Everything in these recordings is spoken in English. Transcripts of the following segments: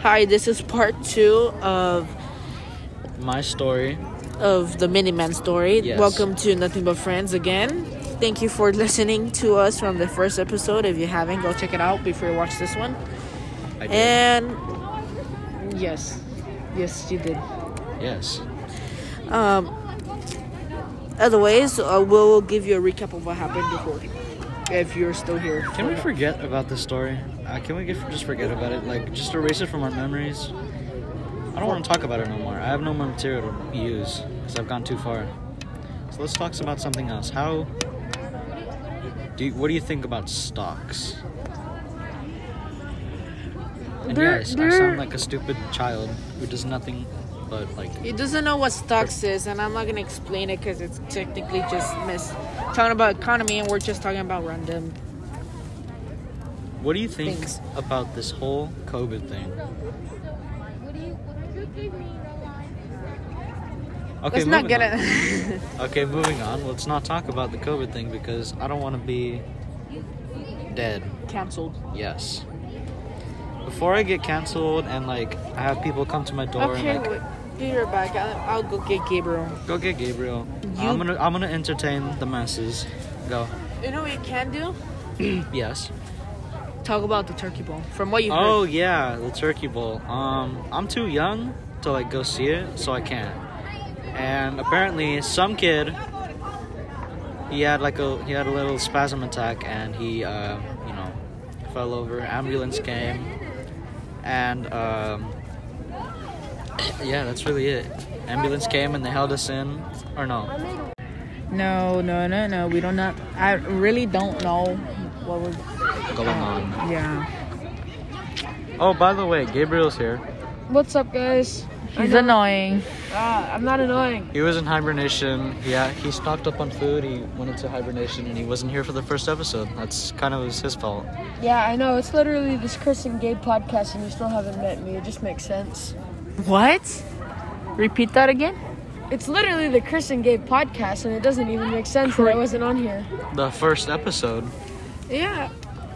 Hi, this is part two of my story. of the Miniman story. Yes. Welcome to Nothing But Friends again. Thank you for listening to us from the first episode. If you haven't, go check it out before you watch this one. I did. Eh. And yes, yes, you did. yes. Otherwise, uh, we'll give you a recap of what happened before, if you're still here. Can we forget about this story? Uh, can we get, just forget about it? Like, just erase it from our memories? I don't want to talk about it no more. I have no more material to use because I've gone too far. So let's talk about something else. How do you, what do you think about stocks? And They're- yes, I they're- sound like a stupid child who does nothing but like He doesn't know what stocks is, and I'm not gonna explain it because it's technically just miss talking about economy, and we're just talking about random What do you think Thanks. about this whole COVID thing? Okay, Let's not moving get on. it. Okay, moving on. Let's not talk about the COVID thing because I don't want to be dead. Cancelled. Yes. Before I get canceled and like I have people come to my door Okay, and like wait, be right back. I'll, I'll go get Gabriel. go get Gabriel. You- I'm gonna I'm gonna entertain the masses. Go. You know what you can do? Yes. Talk about the turkey bowl. From what you Oh heard, yeah, the turkey bowl. Um, I'm too young to like go see it, so I can't. And apparently, some kid, he had like a he had a little spasm attack, and he uh, you know fell over. Ambulance came, and um, yeah, that's really it. Ambulance came and they held us in, or no? no, no, no, no. We don't know. I really don't know what was. Going on. Yeah. Oh, by the way, Gabriel's here. What's up, guys? He's annoying. Ah, I'm not annoying. He was in hibernation. Yeah, he stocked up on food. He went into hibernation, and he wasn't here for the first episode. That's kind of was his fault. Yeah, I know. It's literally this Chris and Gabe podcast, and you still haven't met me. It just makes sense. What? Repeat that again. It's literally the Chris and Gabe podcast, and it doesn't even make sense that I wasn't on here. The first episode. Yeah.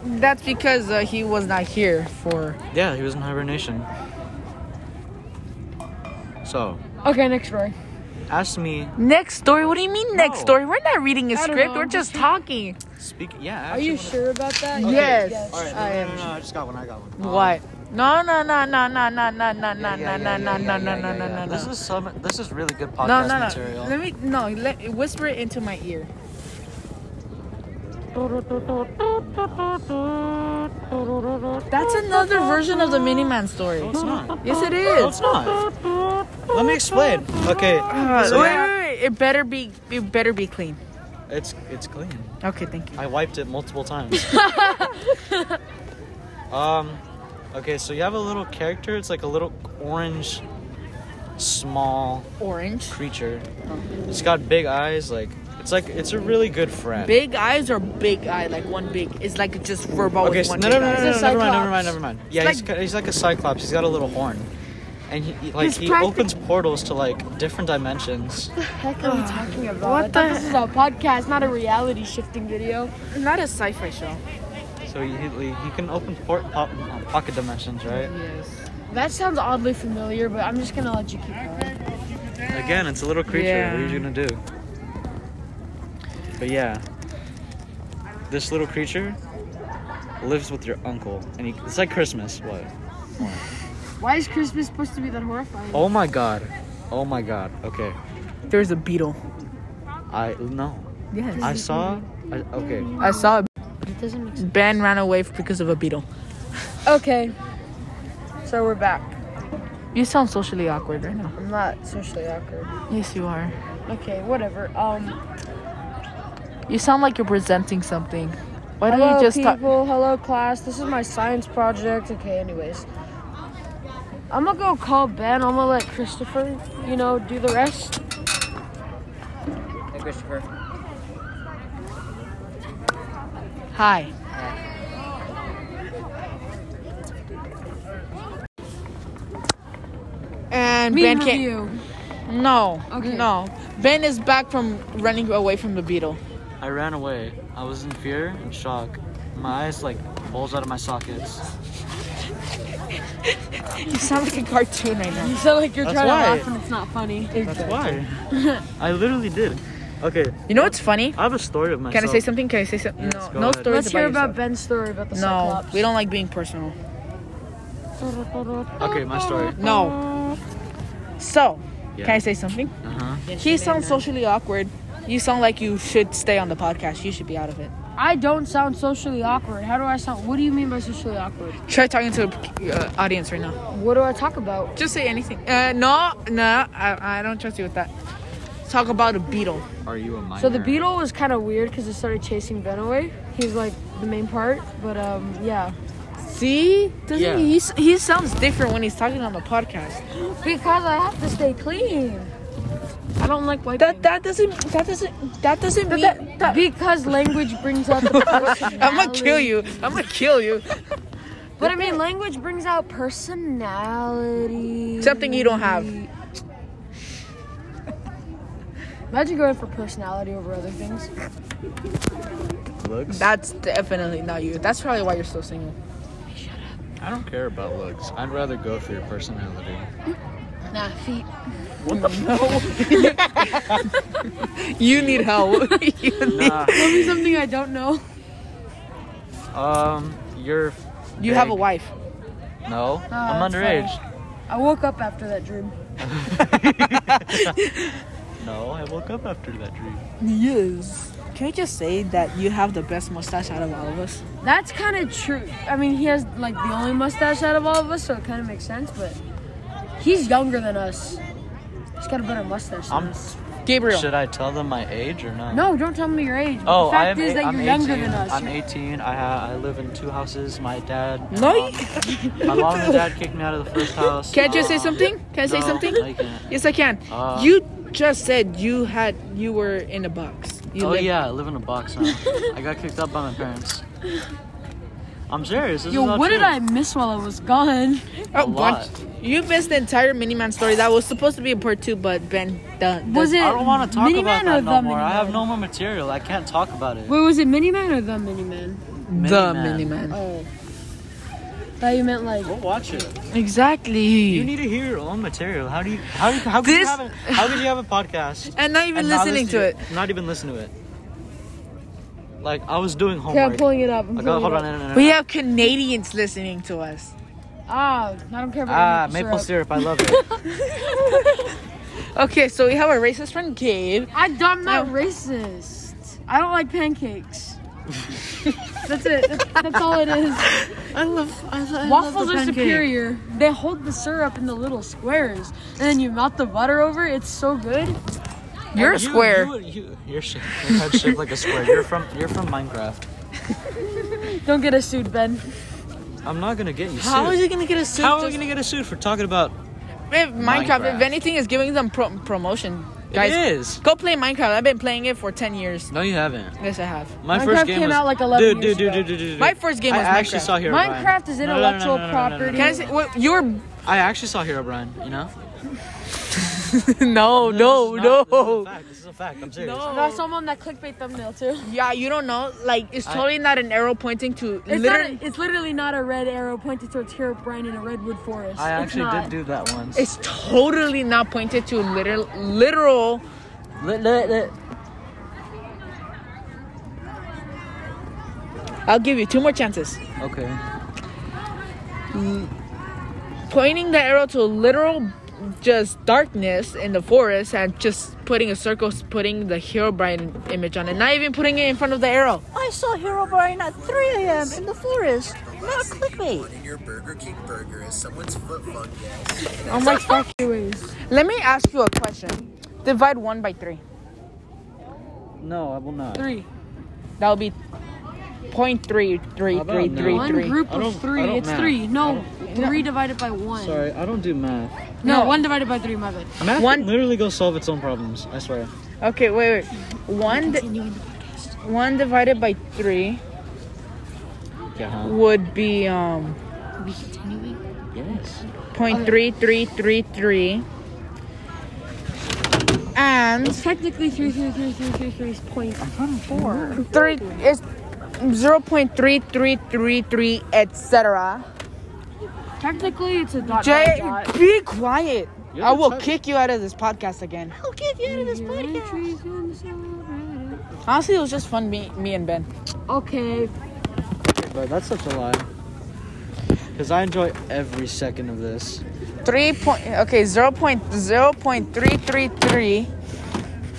That's because uh, he was not here for. Yeah, he was in hibernation. So, Okay, next story. ask me. Next story? What do you mean next No. story? We're not reading a I don't script. know. We're just talking. Speak. Yeah. I Are you actually sure about that? Okay. Yes. wanna- All right. I am No, no, no, no, I just got one. I got one. Um, What? No, no, no, no, no, no, no, no, no, yeah, no, yeah, no, yeah, no, no, yeah, yeah, no, yeah, no, no, yeah. no, This no. is some. This is really good podcast No, no, no. material. Let me no. Let whisper it into my ear. That's another version of the Miniman story. No, it's not. Yes, it No, it's is. not. Let me explain. Okay. Uh, so wait, wait, wait. It better be. It better be clean. It's it's clean. Okay, thank you. I wiped it multiple times. um, okay, so you have a little character. It's like a little orange, small Orange. creature. It's got big eyes. Like it's like it's a really good friend. Big eyes or big eye? Like one big. It's like just verbal Okay, with so, one no, big no, no, no, eye. no, It's a never mind, cyclops. never mind, never mind. Yeah, It's he's, like- got, he's like a cyclops. He's got a little horn, and he, he- like He's he practic- opens portals to like different dimensions. Heck, are we talking about? What I the- thought This is a podcast, not a reality shifting video. Not a sci-fi show. so he, he he can open port po- pocket dimensions, right? Yes. That sounds oddly familiar, but I'm just gonna let you keep going. Again, it's a little creature. Yeah. What are you gonna do? But yeah, this little creature lives with your uncle, and he, it's like Christmas. What? Why is Christmas supposed to be that horrifying? Oh my god! Oh my god! Okay, There's a beetle. I no. Yes. I saw. I, okay, I saw a It doesn't make sense. Ben ran away because of a beetle. Okay. So we're back. You sound socially awkward right now. I'm not socially awkward. Yes, you are. Okay, whatever. Um, You sound like you're presenting something. Why don't hello you just people, talk? hello class. This is my science project. Okay, anyways, I'm gonna go call Ben. I'm gonna let Christopher, you know, do the rest. Hey, Christopher. Hi. And Ben can't. No, Okay. no. Ben is back from running away from the beetle. I ran away. I was in fear and shock. My eyes like bulged out of my sockets. You sound like a cartoon right now. You sound like you're That's trying why. to laugh and it's not funny. That's why. I literally did. Okay, You know what's funny? I have a story of myself. Can I say something? Can I say something? Yes, go no, no ahead. stories Let's hear about, about Ben's story about the yourself. No, Cyclops. we don't like being personal. Okay, my story. No. So, can Yeah. I say something? Uh-huh. He sounds socially awkward. You sound like you should stay on the podcast. You should be out of it. I don't sound socially awkward. How do I sound? What do you mean by socially awkward? Try talking to the uh, audience right now. What do I talk about? Just say anything. Uh, no, no, I, I don't trust you with that. Talk about a beetle. Are you a minor? So the beetle was kind of weird because it started chasing Ben away. He's like the main part, but um, yeah. See, doesn't Yeah. he? s- He sounds different when he's talking on the podcast. Because I have to stay clean. I don't like white. That that doesn't that doesn't that doesn't mean. because language brings out the personality. I'm gonna kill you. I'm gonna kill you. But I mean, language brings out personality. Something you don't have. Imagine going for personality over other things. looks. That's definitely not you. That's probably why you're still single. I don't care about looks. I'd rather go for your personality. Nah, feet. You need help. you, need- Nah. Tell me something I don't know. um, you're. you have a big. wife. No, I'm that's underage. I woke up after that dream. No, I woke up after that dream. Yes. Can we just say that you have the best mustache out of all of us? That's kind of true. I mean, he has like the only mustache out of all of us, so it kind of makes sense. But he's younger than us. He's got a better mustache. Than I'm. us. Gabriel. Should I tell them my age or not? No, don't tell me your age. Oh, the fact I am. is eight- that I'm you're younger 18. than us. I'm 18. I ha- I live in two houses. My dad. No, my you- mom- my mom and dad kicked me out of the first house. Can I just say Um, something? Can I say no, something? I can't. Yes, I can. Uh, you just said you had you were in a box. You oh lived- yeah, I live in a box now. I got kicked out by my parents. I'm serious. This Yo, is all what did true. I miss while I was gone? Oh, a lot. bunch- You missed the entire Miniman story that was supposed to be in part two, but Ben done. Was it I don't want to talk Miniman about or that no the more. I have Miniman? no more material. I can't talk about it. Wait, was it Miniman or the Miniman? the Miniman. Miniman? Oh. Thought you meant like Go watch it. Exactly. You need to hear your own material. How do you? How how can This- you have a, How can you have a podcast? and not even and not listening listen to it. Not even listen to it. Like I was doing Okay, I'm homework. pulling it up. I'm I got, pulling hold on, it up. no, no, no, We no. have Canadians listening to us. Ah, I don't care about Ah, your maple syrup. I love it. Okay, so we have a racist friend, Gabe. I, I'm not Oh. No. racist. I don't like pancakes. that's it. That's, that's all it is. I love. I love Waffles are superior. They hold the syrup in the little squares, and then you melt the butter over. it. It's so good. You're a You- square. You, you, you're shaped, your head's shaped like a square. You're from you're from Minecraft. Don't get us sued, Ben. I'm not gonna get you sued. How is he gonna get a suit? How are we just- gonna get a suit for talking about? if Minecraft, if Minecraft. anything, is giving them pro- promotion. Guys, it is. go play Minecraft. I've been playing it for 10 years. No, you haven't. Yes, I have. My Minecraft first game came was, out like 11 dude, years dude, ago. dude, dude, dude, dude. My first game I was actually Minecraft. saw Hero Minecraft Brian. is No, no, no, no, no, no, intellectual no, no, no, property. Can I say, well, you're I actually saw Hero Brian. You know? no, no, this is not- no, This is a fact. This is a fact. I'm serious. no. And I saw one that clickbait thumbnail too. Yeah, you don't know. Like, it's I- totally not an arrow pointing to. It's, literally, not a, it's literally not a red arrow pointed towards Hero Brian in a redwood forest. I it's actually not. did do that once. it's totally not pointed to literal, literal. Li- li- li- I'll give you two more chances. Okay. Pointing the arrow to literal, just darkness in the forest, and just putting a circle, putting the hero Brian image on it. Not even putting it in front of the arrow. I saw Hero Brian at 3 a.m. in the forest. Not clickbait. in your Burger King burger is someone's foot fungus. Oh my fuck anyways. Let me ask you a question. Divide one by three. No, I will not. Three. That would be point three three How about three no? three One three. group I don't- of I three. don't It's math. three. No, three divided by one. Sorry, I don't do math. No, No. one divided by three, my bad. Math One- can literally go solve its own problems. I swear. Okay, wait, wait. One, di- one divided by three Yeah. would be um Yes. point three three three three. And It's technically three, three, three, three, three, three is point four. three is zero point three three three three etc. Technically, it's a dot. Jay, dot, dot. be quiet. You're I the will type- kick you out of this podcast again. I'll give you out of this podcast. Trees in the summer. Honestly, it was just fun, me, me and Ben. Okay, But that's such a lie. Because I enjoy every second of this. Three point, okay, zero point zero point three three three.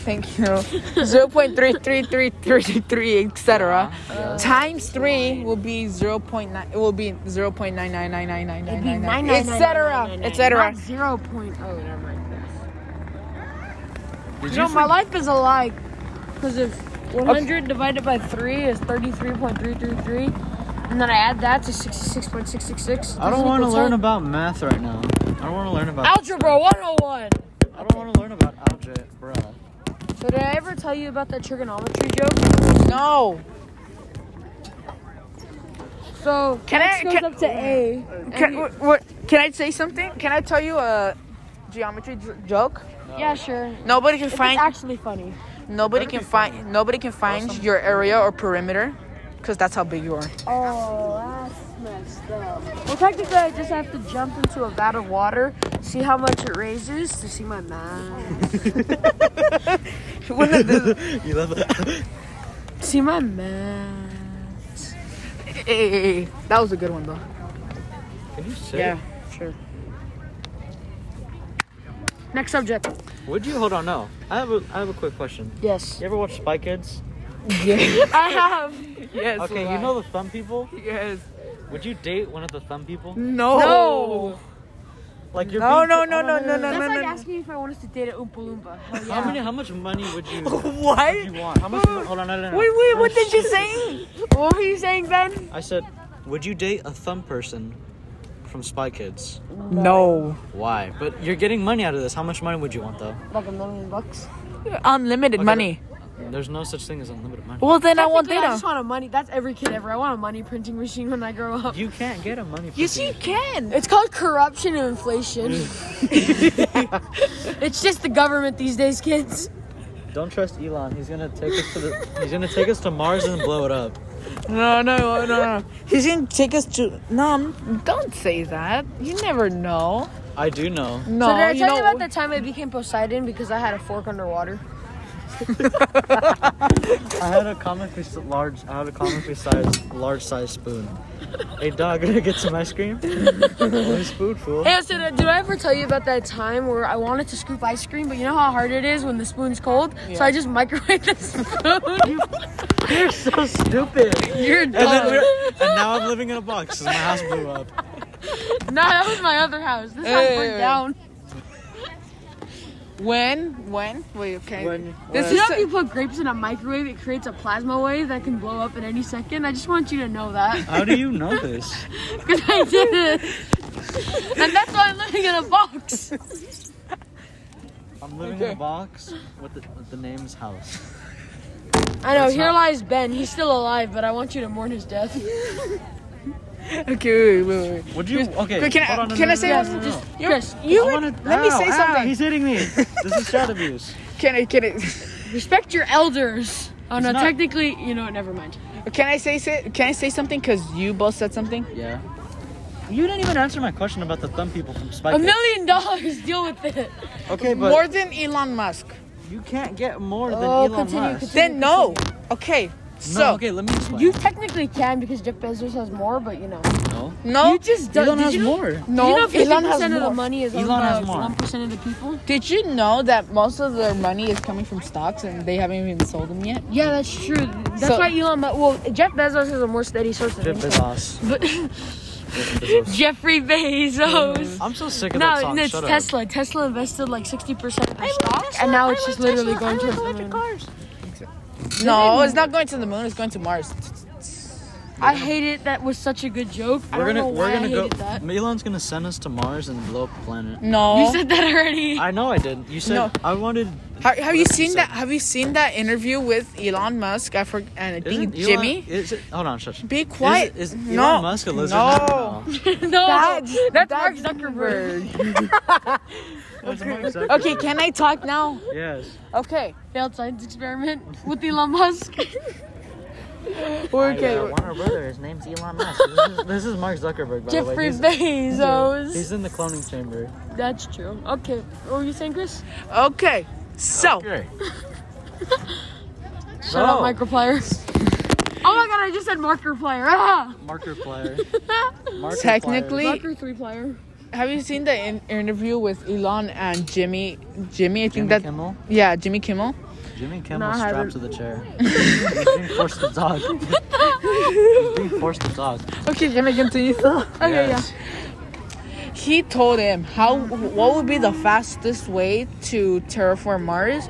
Thank you. Zero point three three three three three, etc. Times three will be zero point nine. It will be zero point nine nine nine nine nine nine nine nine, etc. not etc. 0.0. Never mind. Did You know, my life is a lie. Because if 100 divided by 3 is 33.333, and then I add that to 66.666. I don't want want to learn about math right now. I don't want to learn about. Algebra 101! I don't want to learn about algebra, bruh. So did I ever tell you about that trigonometry joke? No. So Can X I- goes can- up to A. and Can, you- what, what, can I say something? Can I tell you a geometry j- joke? yeah, sure. If Nobody can It's find actually funny. nobody can find nobody can find your area or perimeter because that's how big you are. Oh, that's messed up. Well, technically, I just have to jump into a vat of water, see how much it raises to see my math. Wouldn't it- You love it. see my math. hey, hey, hey, hey. That was a good one though. Can you sit? sure. Next subject. Would you hold on? No. I have a I have a quick question. Yes. You ever watch Spy Kids? I have. Yes. okay, you Eli. know the thumb people. Yes. Would you date one of the thumb people? No. No. Like you're. No, being- no, oh, no, no, no, That's no, like no, asking if I want us to date an Oompa Loompa. Hell How yeah. many? How much money would you? no. would you What? want? How much? Hold on, no, no, no. Wait, wait, what Oh, did you shit. say? What were you saying, Ben? I said, would you date a thumb person from Spy Kids? No. Why? But you're getting money out of this. How much money would you want though? Like a million bucks. Unlimited Okay. money. There's no such thing as unlimited money. Well, then I want Technically, I data. just want a money. That's every kid ever. I want a money printing machine when I grow up. You can't get a money. Yes, you printing. can. It's called corruption and inflation. it's just the government these days, kids. Don't trust Elon. He's gonna take us to the. he's gonna take us to Mars and blow it up. No, no, no, no. He's gonna take us to. No, don't say that. You never know. I do know. No, so did I you tell you, know. about the time I became Poseidon because I had a fork underwater? I had a comically s- large. I had a comically sized large sized spoon. Hey dog, gonna get some ice cream? Hey, spoon fool. Hey, so did, did I ever tell you about that time where I wanted to scoop ice cream, but you know how hard it is when the spoon's cold? So I just microwaved the spoon. You're so stupid. You're And, then dumb. we're, and now I'm living in a box 'cause my house blew up. Nah, that was my other house. This house Hey. burned down. When? When? Wait, okay. When- This You is. know if you put grapes in a microwave, it creates a plasma wave that can blow up at any second? I just want you to know that. How do you know this? Because I did it. and that's why I'm living in a box. I'm living in a box with the, with the name's house. I know, That's here not- lies Ben. He's still alive, but I want you to mourn his death. okay, wait, wait, wait. Would you? Okay. Wait, can I- hold on, no, can no, I no, say no, one- no, no, Just, no. You- Chris, You I would, wanna- let me ow, say ow, something. He's hitting me. This is child abuse. Can I can respect your elders. Oh It's no, not- technically, you know, what, never mind. I can I say say- can I say something? Cause you both said something. Yeah. You didn't even answer my question about the thumb people from Spike. A million dollars, deal with it. Okay, but more than Elon Musk. you can't get more than Oh, Elon continue, Musk. continue. Then no. Okay. No, So okay, let me explain. You technically can because Jeff Bezos has more, but you know. no. no. You just Elon did you has know- more. no. you know, 50% Elon has of more. the money is owned Elon by has more. 1% of the people? Did you know that most of their money is coming from stocks and they haven't even sold them yet? Yeah, that's true. That's So- why Elon. Mu- Well, Jeff Bezos is a more steady source of Jeff income. Bezos. But Jeff Bezos. Jeffrey Bezos. I'm so sick of that No, song. no, it's Shut Tesla. Tesla invested like 60% of their I stock, love Tesla. and now I it's love just literally Tesla. going I towards love the electric moon. cars. No, it's not going to the moon. It's going to Mars. I hate it. That was such a good joke. up. I We're don't gonna know why we're gonna I go. hated that. Elon's gonna send us to Mars and blow up the planet. No. You said that already. I know I did. You said No. I wanted. Have, have you Whatever seen said. that? Have you seen that interview with Elon Musk? I forgot. And I think Isn't Elon- Jimmy. Is it, hold on, shut. Be quiet. Is, is no. Elon Musk a lizard? No. no, That's- that's, Mark that's Zuckerberg. No. Okay, can I talk now? Yes. Okay. Failed science experiment with Elon Musk. We're I, uh, okay. one of our brother, his name's Elon Musk. This is, this is Mark Zuckerberg, by the way. Jeffrey He's- Bezos. He's in the cloning chamber. That's true. Okay. What were you saying, Chris? Okay. Oh. So Okay. Shut up, Microplier. oh my god, I just said Markiplier. Ah! Marker player. Marker technically, Marker three plier. have you seen the in- interview with Elon and Jimmy? Jimmy, I think Jimmy that Kimmel. yeah, Jimmy Kimmel. Jimmy Nah, I Kimmel haven't- strapped to the chair. He's being forced to talk. He's being forced to talk. Okay, Jimmy, continue. okay, Yes. yeah. He told him how what would be the fastest way to terraform Mars.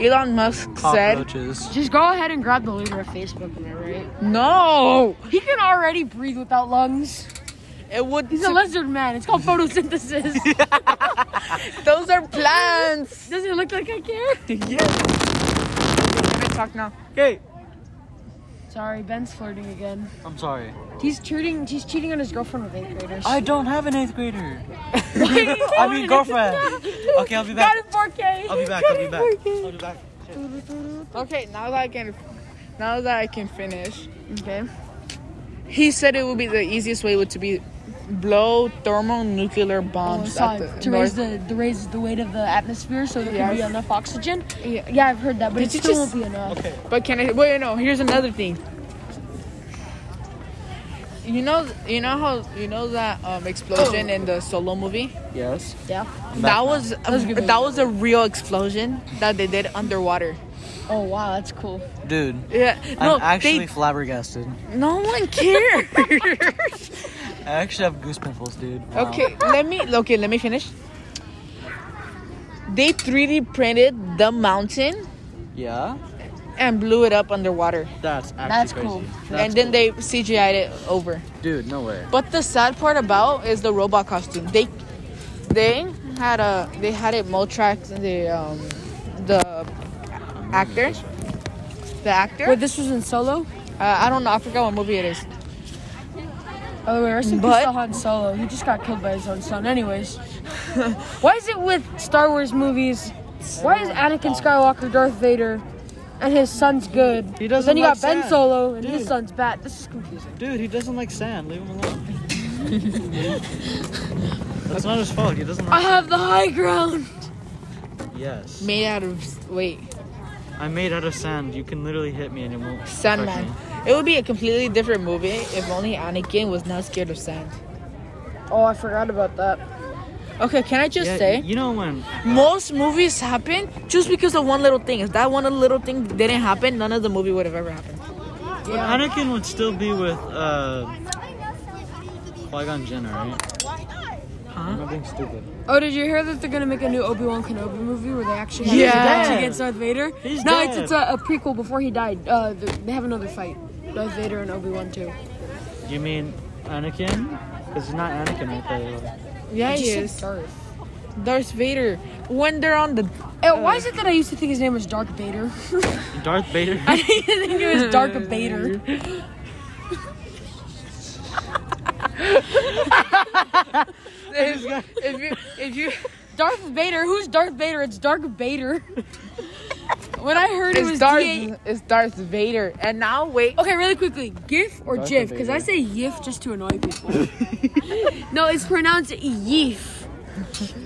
Elon Musk said, Cockroaches. Just go ahead and grab the leader of Facebook in there, right? "No, He can already breathe without lungs. it would. He's a lizard man. It's called photosynthesis. those are plants." Doesn't it look like I care? yes. Jimmy, talk now. Okay. Sorry, Ben's flirting again. I'm sorry. He's cheating. He's cheating on his girlfriend with eighth graders. I don't have an eighth grader. I I mean girlfriend. Okay, I'll be back. Got it 4K. I'll be back. I'll be back. I'll be back. Okay, now that I can, now that I can finish. Okay. He said it would be the easiest way would to be blow thermonuclear Oh, bombs sorry. at the To raise the to raise the weight of the atmosphere so there can be Yes. enough oxygen. Yeah. Yeah, I've heard that, but Did it you still just- won't be enough. Okay. But can I? Wait, no. Here's another thing. You know, you know how you know that um, explosion in the Solo movie. Yes. Yeah. That was was good that was a real explosion that they did underwater. Oh wow, that's cool. Dude, Yeah, no, I'm actually they, flabbergasted. no one cares. I actually have goose pimples, dude. Wow. okay, let me. Okay, let me finish. They 3D printed the mountain Yeah. and blew it up underwater, That's actually That's crazy. cool. and then they CGI'd it over. Dude, no way. But the sad part about is the robot costume. They they had a they had it Motrax the um the actor. The actor? Wait, this was in Solo. uh, I don't know. I forgot what movie it is. By the way, rest in peace But- to Han Solo. He just got killed by his own son. Anyways, why is it with Star Wars movies? Why is Anakin Skywalker Darth Vader, and his son's good? He but doesn't Then you like got Ben sand. Solo, and his Dude. son's bad. This is confusing. Dude, he doesn't like sand. Leave him alone. That's not his fault. He doesn't I like have the high ground. Ah. Yes. Made out of wait I'm made out of sand. You can literally hit me and it won't. touch Sandman. me. It would be a completely different movie if only Anakin was not scared of sand. Oh, I forgot about that. Okay, can I just Yeah, say You know when. most movies happen just because of one little thing. If that one little thing didn't happen, none of the movie would have ever happened. when Anakin would still be with. uh... Qui Gon Jinn, right? I'm not being stupid. Oh, did you hear that they're gonna make a new Obi Wan Kenobi movie where they actually have Yeah. revenge He's dead. against Darth Vader? He's no, dead. it's it's a, a prequel before he died. Uh, th- they have another fight. Darth Vader and Obi Wan too. You mean Anakin? Because it's not Anakin right there. Yeah, I he just said is. Darth. Darth Vader. When they're on the Uh, why is it that I used to think his name was Dark Vader? Darth Vader. I didn't think it was Dark Vader. if, if you if you Darth Vader? Who's Darth Vader? It's Dark Vader. when I heard it it's was Darth D8 it's Darth Vader and now wait Okay, really quickly, GIF or JIF? Because I say YIF just to annoy people. no, it's pronounced YIF.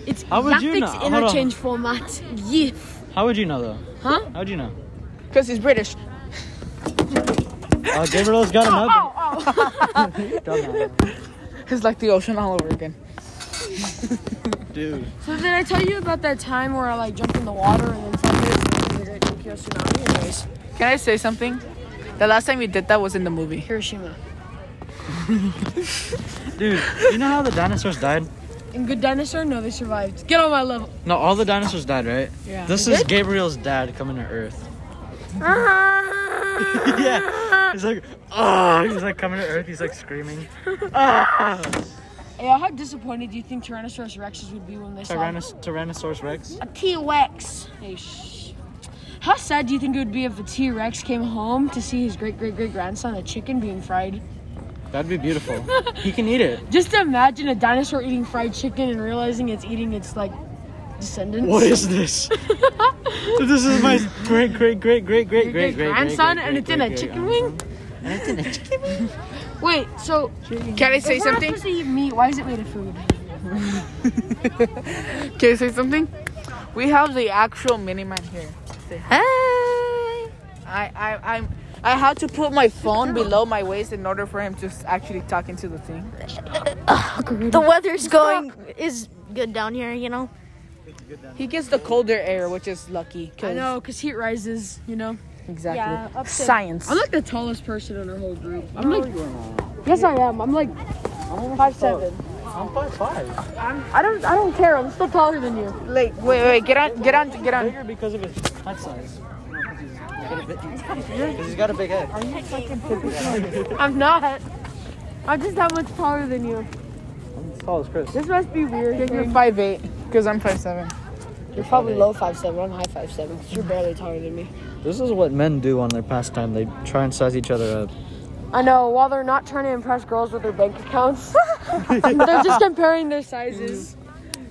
It's How would you know? graphics Hold on. interchange format. YIF. How would you know though? Huh? How'd you know? because he's British Uh, Gabriel's got another. Oh, it's like the ocean all over again Dude. So did I tell you about that time where I like jumped in the water and then suddenly it was the Great Tokyo Tsunami? Anyways, can I say something the last time you did that was in the movie Hiroshima. Dude, you know how the dinosaurs died? And Good Dinosaur? No, they survived. Get on my level. No, all the dinosaurs died, right? Yeah. This is Gabriel's dad coming to Earth. yeah. He's like, oh, he's like coming to Earth. He's like screaming. Ah! Yeah, how disappointed do you think Tyrannosaurus Rexes would be when they Tyrannos- Tyrannosaurus Rex. saw a T-Rex? Hey, shh. How sad do you think it would be if a T-Rex came home to see his great-great-great-grandson, a chicken, being fried? That'd be beautiful. he can eat it. Just imagine a dinosaur eating fried chicken and realizing it's eating its like descendants. What is this? this is my great, great, great, great, great, great great, great grandson, great, and it's great, in a great chicken grandson. wing. Wait, so Can I say if we're not something? supposed to eat meat, why is it made of food? Can I say something? We have the actual Miniman here. Say hi. I, I, I'm, I had to put my phone below my waist in order for him to s- actually talk into the thing. The weather's going is good down here, you know. He gets the colder air, which is lucky. 'cause- I know, cause heat rises. You know, Exactly. Science. I'm like the tallest person in our whole group. I'm like, yes, I am. I'm like five seven. I'm five five. I don't, I don't care. I'm still taller than you. Like, wait, wait, get on, get on, get on. Bigger because of his head size. Because he's got a big head. I'm not. I'm just that much taller than you. It's tall as Chris. This must be weird. You're five eight, because I'm five seven. You're probably low five seven. I'm high five seven. You're barely taller than me. This is what men do on their pastime. They try and size each other up. I know. While they're not trying to impress girls with their bank accounts, they're just comparing their sizes.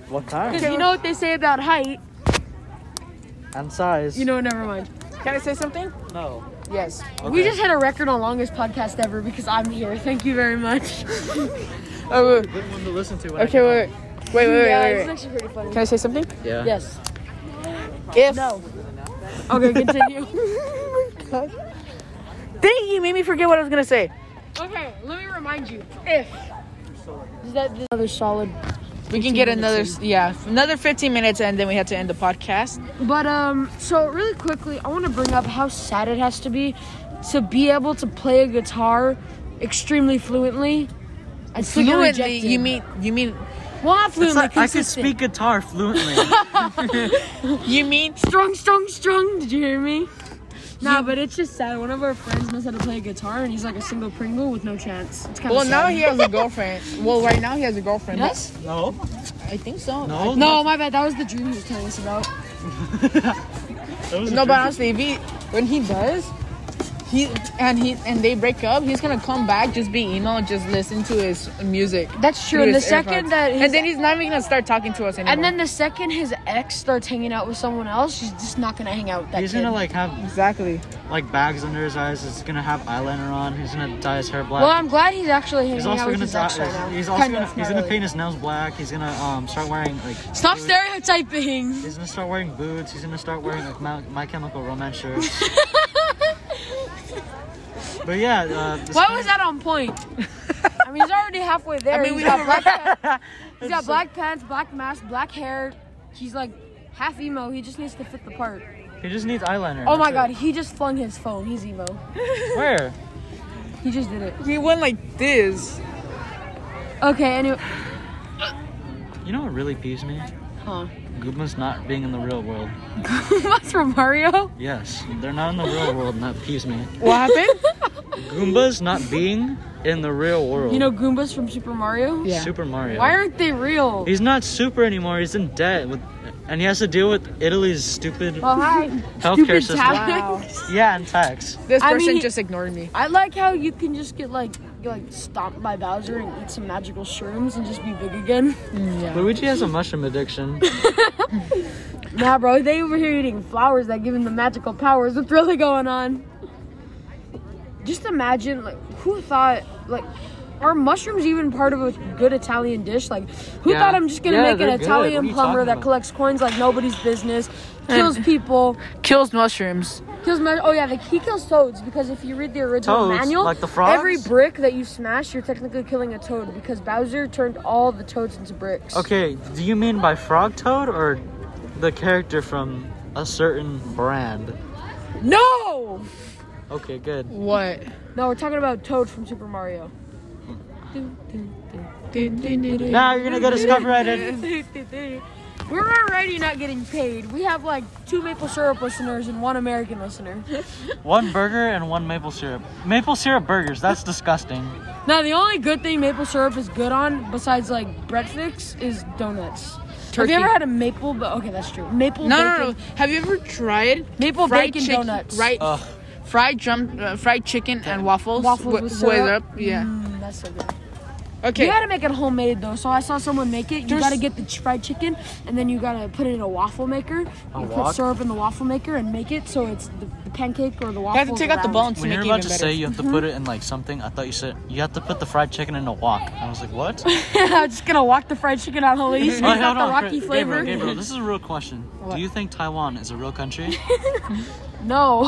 What kind? Cause you know what they say about height. And size. You know, never mind. Can I say something? No. Yes. We just hit a record on longest podcast ever because I'm here. Thank you very much. Oh, wait, Good one to listen to. okay, wait, wait, wait, wait, yeah, wait, it's wait. actually pretty funny. Can I say something? Yeah. Yes. If Oh Okay, continue. dang, you made me forget what I was gonna say. okay, let me remind you. If is that this other solid? We can get another, s- yeah, another 15 minutes, and then we have to end the podcast. But um, so really quickly, I want to bring up how sad it has to be to be able to play a guitar extremely fluently. And still get Fluently, rejected. you mean, you mean, well, not fluently. I can consistent. speak guitar fluently. you mean strong, strong, strong. Did you hear me? Nah, but it's just sad. One of our friends knows how to play guitar, and he's like a single Pringle with no chance. It's kind of Well, sad. now he has a girlfriend. well, right now he has a girlfriend. Yes? no. I think so. No. No, my bad. That was the dream he was telling us about. That was a No, joke. but honestly, if he, when he does, he and he and they break up, he's gonna come back, just be emo, and just listen to his music. That's true. through And the his second earphones. that his, and then he's not even gonna start talking to us anymore. and then the second his ex starts hanging out with someone else, he's just not gonna hang out with that He's kid. gonna like have exactly. like bags under his eyes. He's gonna have eyeliner on. He's gonna dye his hair black. well, I'm glad he's actually hanging He's out also with gonna his ex right dye, now. he's, he's also Kind gonna of, he's not gonna really. paint his nails black. He's gonna um start wearing like Stop stereotyping. he's gonna start wearing boots. He's gonna start wearing like my, my Chemical Romance shirts. but yeah, uh, this Why was that on point? I mean, he's already halfway there. I mean, he's we got have- black. pa- he's got black pants, black mask, black hair. He's like half emo. He just needs to fit the part. he just needs eyeliner. Oh my god, that's he just flung his phone. He's emo. it. Where? He just did it. He went like this. Okay, anyway. You know what really peeves me? Huh. Goomba's not being in the real world. What's from Mario? Yes, they're not in the real world, and that peeves me. What happened? Goomba's not being in the real world. You know Goombas from Super Mario? Yeah. Super Mario. Why aren't they real? He's not super anymore. He's in debt, with, and he has to deal with Italy's stupid Well, hi. healthcare Stupid system. tab- wow. Yeah, and tax. This I person mean, he- just ignored me. I like how you can just get like get, like stomped by Bowser and eat some magical shrooms and just be big again. Luigi has a mushroom addiction. Nah, bro, they over here eating flowers that give him the magical powers. What's really going on? Just imagine, like, who thought, like, are mushrooms even part of a good Italian dish? Like, who Yeah. thought I'm just gonna Yeah, make an they're good. What are Italian you plumber talking that about? collects coins like nobody's business, kills people, Kills mushrooms. kills ma- oh yeah, like, he kills toads because if you read the original Toads? manual, Like the frogs? every brick that you smash, you're technically killing a toad because Bowser turned all the toads into bricks. Okay, do you mean by Frog Toad or the character from a certain brand? No! Okay, good. What? No, we're talking about Toad from Super Mario. Now you're gonna get us copyrighted. We're already not getting paid. We have like two maple syrup listeners and one American listener. One burger and one maple syrup. Maple syrup burgers. That's disgusting. Now, the only good thing maple syrup is good on, besides like bread fix, is donuts. Turkey. Have you ever had a maple? But okay, that's true. Maple No, bacon, no, no. Have you ever tried maple fried bacon chicken, donuts. Right, Ugh. fried drum, uh, fried chicken and waffles. Waffles wi- with with syrup. Yeah. Mm, that's so good. Okay. You gotta make it homemade though. So I saw someone make it. You There's- gotta get the ch- fried chicken, and then you gotta put it in a waffle maker. A you wok? put syrup in the waffle maker and make it so it's the, the pancake or the You waffle. have to take out the bones to When make you're it about even to better. say you have to put Mm-hmm. it in like something, I thought you said you have to put the fried chicken in a wok. I was like, what? I'm just gonna walk the fried chicken out, Hallie. Sneak Alright, out hold the on, rocky Gabriel, flavor. Gabriel, this is a real question. Do you think Taiwan is a real country? No.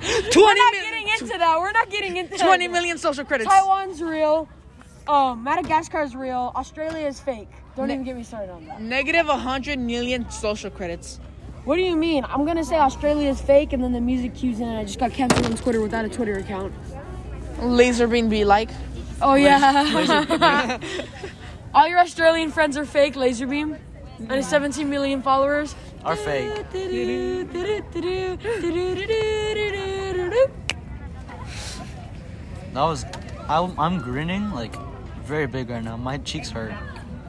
20 We're not million- getting into that. We're not getting into that. 20 million social credits. Taiwan's real. Um, Madagascar's real. Australia is fake. Don't Ne- even get me started on that. Negative 100 million social credits. What do you mean? I'm gonna say Australia is fake, and then the music cues in, and I just got canceled on Twitter without a Twitter account. Laser beam be like. Oh yeah. All your Australian friends are fake. Laserbeam. And his 17 million followers. Are fake. That was. I, I'm grinning like very big right now. My cheeks hurt.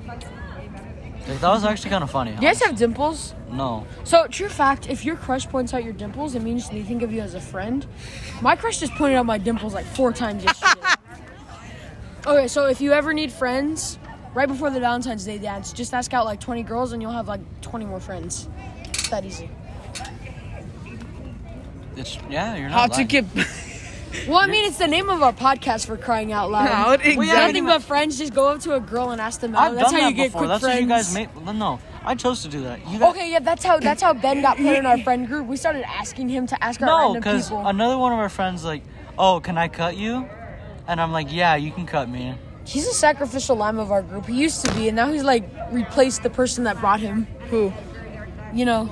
Like, that was actually kind of funny. You guys have dimples? no. So, true fact, if your crush points out your dimples, it means they think of you as a friend. My crush just pointed out my dimples like four times yesterday. okay, so if you ever need friends, right before the Valentine's Day dance, just ask out like 20 girls and you'll have like 20 more friends. It's that easy. It's yeah. You're How not. to lying. get Well, I mean, it's the name of our podcast for crying out loud. out. Exactly. We have nothing but friends. Just go up to a girl and ask them out. I've that's done how that you get before. quick That's friends. what you guys made. No, I chose to do that. You guys, Okay, yeah, that's how that's how Ben got put in our friend group. We started asking him to ask our No, random because people. another one of our friends like, oh, can I cut you? And I'm like, yeah, you can cut me. He's a sacrificial lamb of our group. He used to be, and now he's like replaced the person that brought him. Who? You know.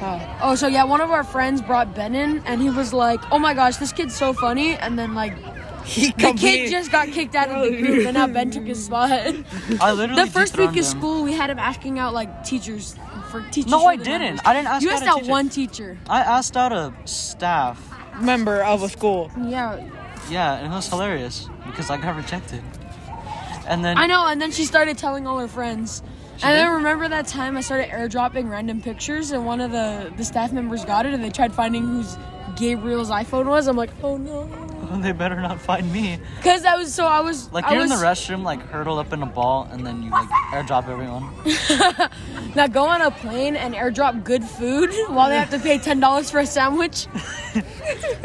Oh. oh, so yeah, one of our friends brought Ben in, and he was like, "Oh my gosh, this kid's so funny!" And then like He the kid just got kicked out of the group, and now Ben took his spot. I literally The first dethroned week of him. school, we had him asking out like teachers for teachers. No, for I the didn't. numbers. I didn't ask You out asked a out teacher. one teacher. I asked out a staff. member of a school. Yeah, Yeah, and it was hilarious because I got rejected. And then I know. And then she started telling all her friends. and did? I remember that time I started airdropping random pictures, and one of the the staff members got it, and they tried finding whose Gabriel's iPhone was. I'm like, oh no, they better not find me. because I was so I was Like I you're was in the restroom, like hurtled up in a ball, and then you like airdrop everyone. now go on a plane and airdrop good food while they have to pay ten dollars for a sandwich.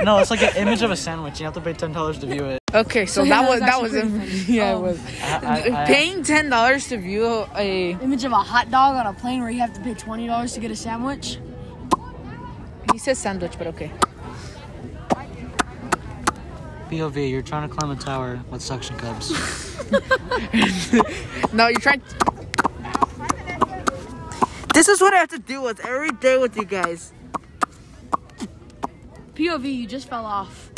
No, it's like an image of a sandwich. You have to pay ten dollars to view it. Okay, so, So, yeah, that was that that was was, actually pretty funny. yeah, Um, it was. I, Oh. I, I, Paying ten dollars to view a Image of a hot dog on a plane where you have to pay twenty dollars to get a sandwich. he says sandwich, but okay. POV, you're trying to climb a tower with suction cups. No, you're trying. This is what I have to deal with every day with you guys. POV, you just fell off.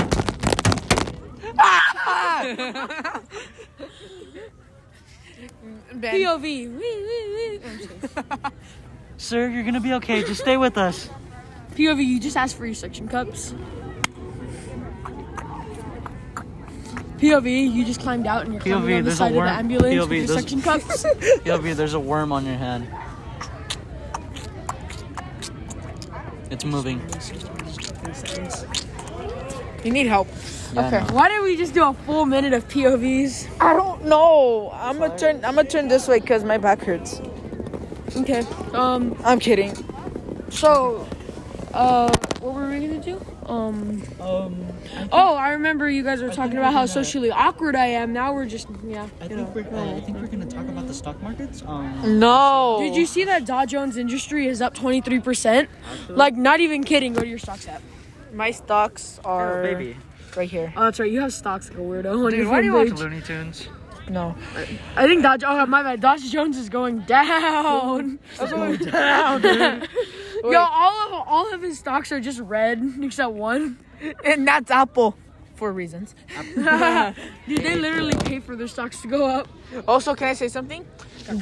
Ben, POV. wee, wee, wee. I'm just kidding. Sir, you're gonna be okay. Just stay with us. POV, you just asked for your suction cups. POV, you just climbed out and you're POV, climbing on the there's a side of the worm. ambulance POV, with your there's- suction cups. POV, there's a worm on your head. It's moving. you need help. Yeah, Okay. I know. Why did we just do a full minute of POVs? I don't know. I'm gonna turn. I'm gonna turn this way because my back hurts. Okay. Um. I'm kidding. So, uh, what were we gonna do? Um. Um. Oh, I remember you guys were talking about how socially awkward I am. Now we're just yeah. I think we're uh, I think we're gonna talk about the stock markets. Um, No. Did you see that Dow Jones industry is up 23%? Like, not even kidding. Go to your stocks app. My stocks are right here. Oh, that's right. You have stocks like a weirdo. On your Dude, why do you front watch page. Looney Tunes? No. I think Dodge. Oh, my bad. Dodge Jones is going down. Yo, all of all of his stocks are just red except one. And that's Apple, for reasons. Dude, they literally pay for their stocks to go up. Also, can I say something?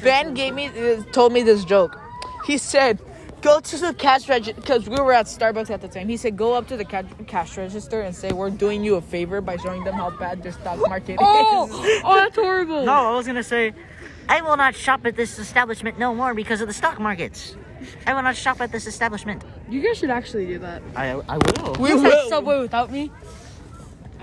Ben gave me uh, told me this joke. He said, "Go to the cash register because we were at Starbucks at the time." He said, "Go up to the cash, cash register and say we're doing you a favor by showing them how bad their stock market is." Oh, oh, that's horrible. No, I was gonna say I will not shop at this establishment no more because of the stock markets. I will not shop at this establishment. You guys should actually do that. I I will. We You guys had will. Subway without me.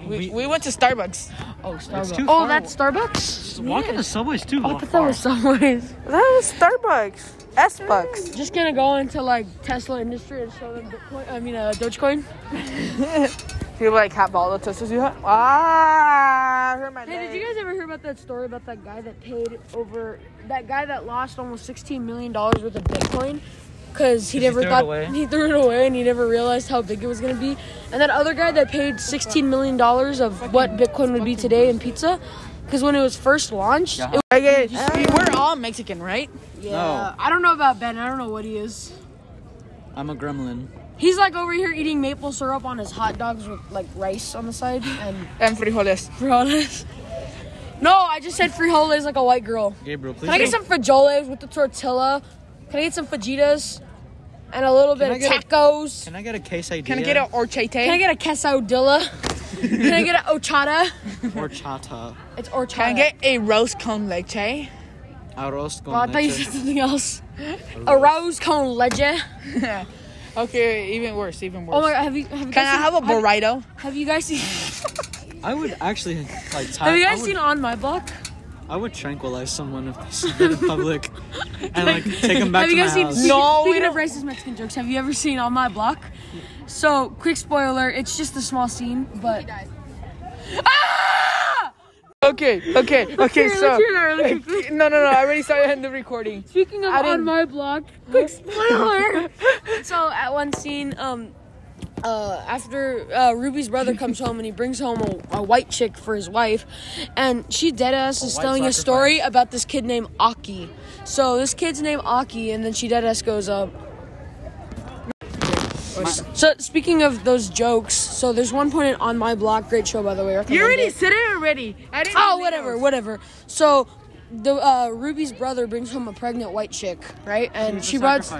We, we went to Starbucks. Oh, Starbucks. Too Oh, far. that's Starbucks. walking to Subway's too I thought that was Subway's. That was Starbucks. S bucks. Just gonna go into like Tesla industry and show them Bitcoin. I mean, uh, Dogecoin. You like hot ball the testers you had? Ah, I hurt my Hey, leg. did you guys ever hear about that story about that guy that paid over that guy that lost almost sixteen million dollars worth of Bitcoin? Cause he never threw it thought away? he threw it away and he never realized how big it was gonna be. And that other guy that paid sixteen million dollars of what Bitcoin would be today in pizza, because when it was first launched, Yeah. it, Uh. I get it. We're all Mexican, right? No. I don't know about Ben. I don't know what he is. I'm a gremlin. He's like over here eating maple syrup on his hot dogs with like rice on the side and And frijoles. frijoles. No, I just said frijoles like a white girl. Gabriel, please. Can I get don't- some frijoles with the tortilla? Can I get some fajitas and a little I bit get a- of tacos? Can I get a quesadilla? Can I get an horchata? Can I get a quesadilla? Can I get an ochata? horchata? It's horchata. Can I get a roast con leche? Arroz con Oh, I thought you leche. said something else. A rose cone leche. Okay, even worse, even worse. Oh my god, have you have you Can guys I have a seen, burrito? Have, have you guys seen I would actually like. Time, Have you I guys would, seen on my block? I would tranquilize someone if they said that in public, and like take them back have to my you guys seen? house. Speaking, No, we speaking of racist Mexican jokes, have you ever seen on my block? So, quick spoiler, it's just a small scene, but Okay, okay, okay. Let's so hear that really quick. no, no, no. I already started the recording. Speaking of I didn't- on my block, quick spoiler. so at one scene, um, uh, after uh, Ruby's brother comes home and he brings home a, a white chick for his wife, and she dead ass is white telling a sacrifice. story about this kid named Aki. So this kid's name Aki, and then she dead ass goes up. So speaking of those jokes, so there's one point in on my block. Great show by the way. You recommend already it. said it already. I didn't. Oh, whatever, whatever. So, the uh, Ruby's brother brings home a pregnant white chick, right? And she brought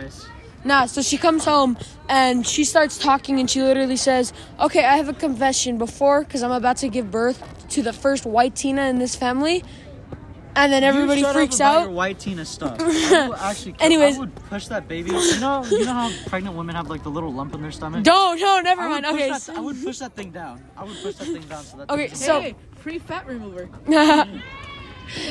nah. So she comes home and she starts talking, and she literally says, "Okay, I have a confession before, because I'm about to give birth to the first white Tina in this family." And then everybody you shut up freaks about out. Your white Tina stuff. I would actually, kill- Anyways. I would push that baby. You know, you know how pregnant women have like the little lump in their stomach. Don't, no, never I would, mind. push Okay. that, so- I would push that thing down. I would push that thing down so that. Okay, thing- so free fat remover.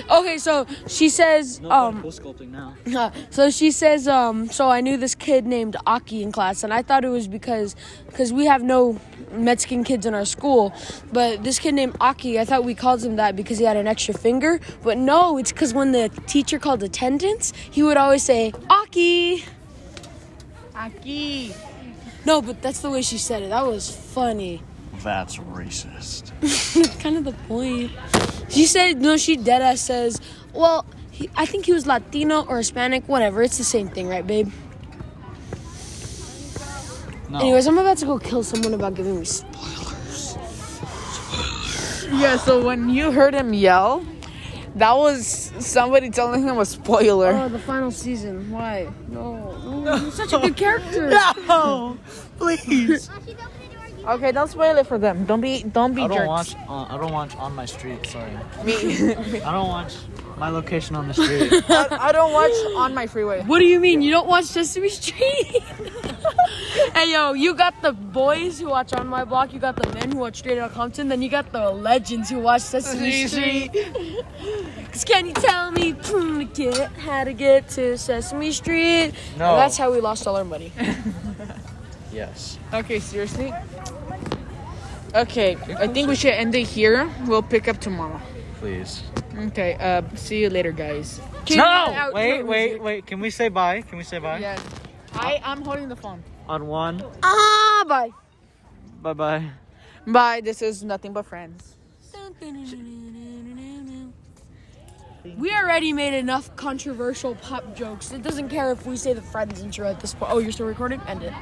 okay, so she says, No, um, cool sculpting now. Uh, so she says, um, so I knew this kid named Aki in class, and I thought it was because, because we have no Mexican kids in our school, but this kid named Aki, I thought we called him that because he had an extra finger, but no, it's because when the teacher called attendance, he would always say Aki. Aquí. No, but that's the way she said it. That was funny. That's racist. That's kind of the point. She said, no, she dead ass says, well, he, I think he was Latino or Hispanic, whatever. It's the same thing, right, babe? No. Anyways, I'm about to go kill someone about giving me Yeah. So when you heard him yell, that was somebody telling him a spoiler. Oh, the final season. Why? No. no. You're such a good character. No, please. Oh, Okay, don't spoil it for them. Don't be, don't be I don't watch. jerks. Uh, I don't watch on my street. Sorry. Me. I don't watch my location on the street. I, I don't watch on my freeway. What do you mean? You don't watch Sesame Street? hey, yo, you got the boys who watch On My Block, you got the men who watch Straight Outta Compton, then you got the legends who watch Sesame Street. 'Cause can you tell me, to get how to get to Sesame Street? No. And that's how we lost all our money. yes. Okay, seriously. Okay, I think we should end it here. We'll pick up tomorrow. Please. Okay. Uh, see you later, guys. No! Wait, wait, wait. Can we say bye? Can we say bye? Yes. I I'm holding the phone. On one. Ah, bye. Bye bye. Bye. This is nothing but friends. We already made enough controversial pop jokes. It doesn't care if we say the Friends intro at this point. Oh, you're still recording? End it.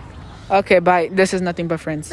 Okay. Bye. This is nothing but friends.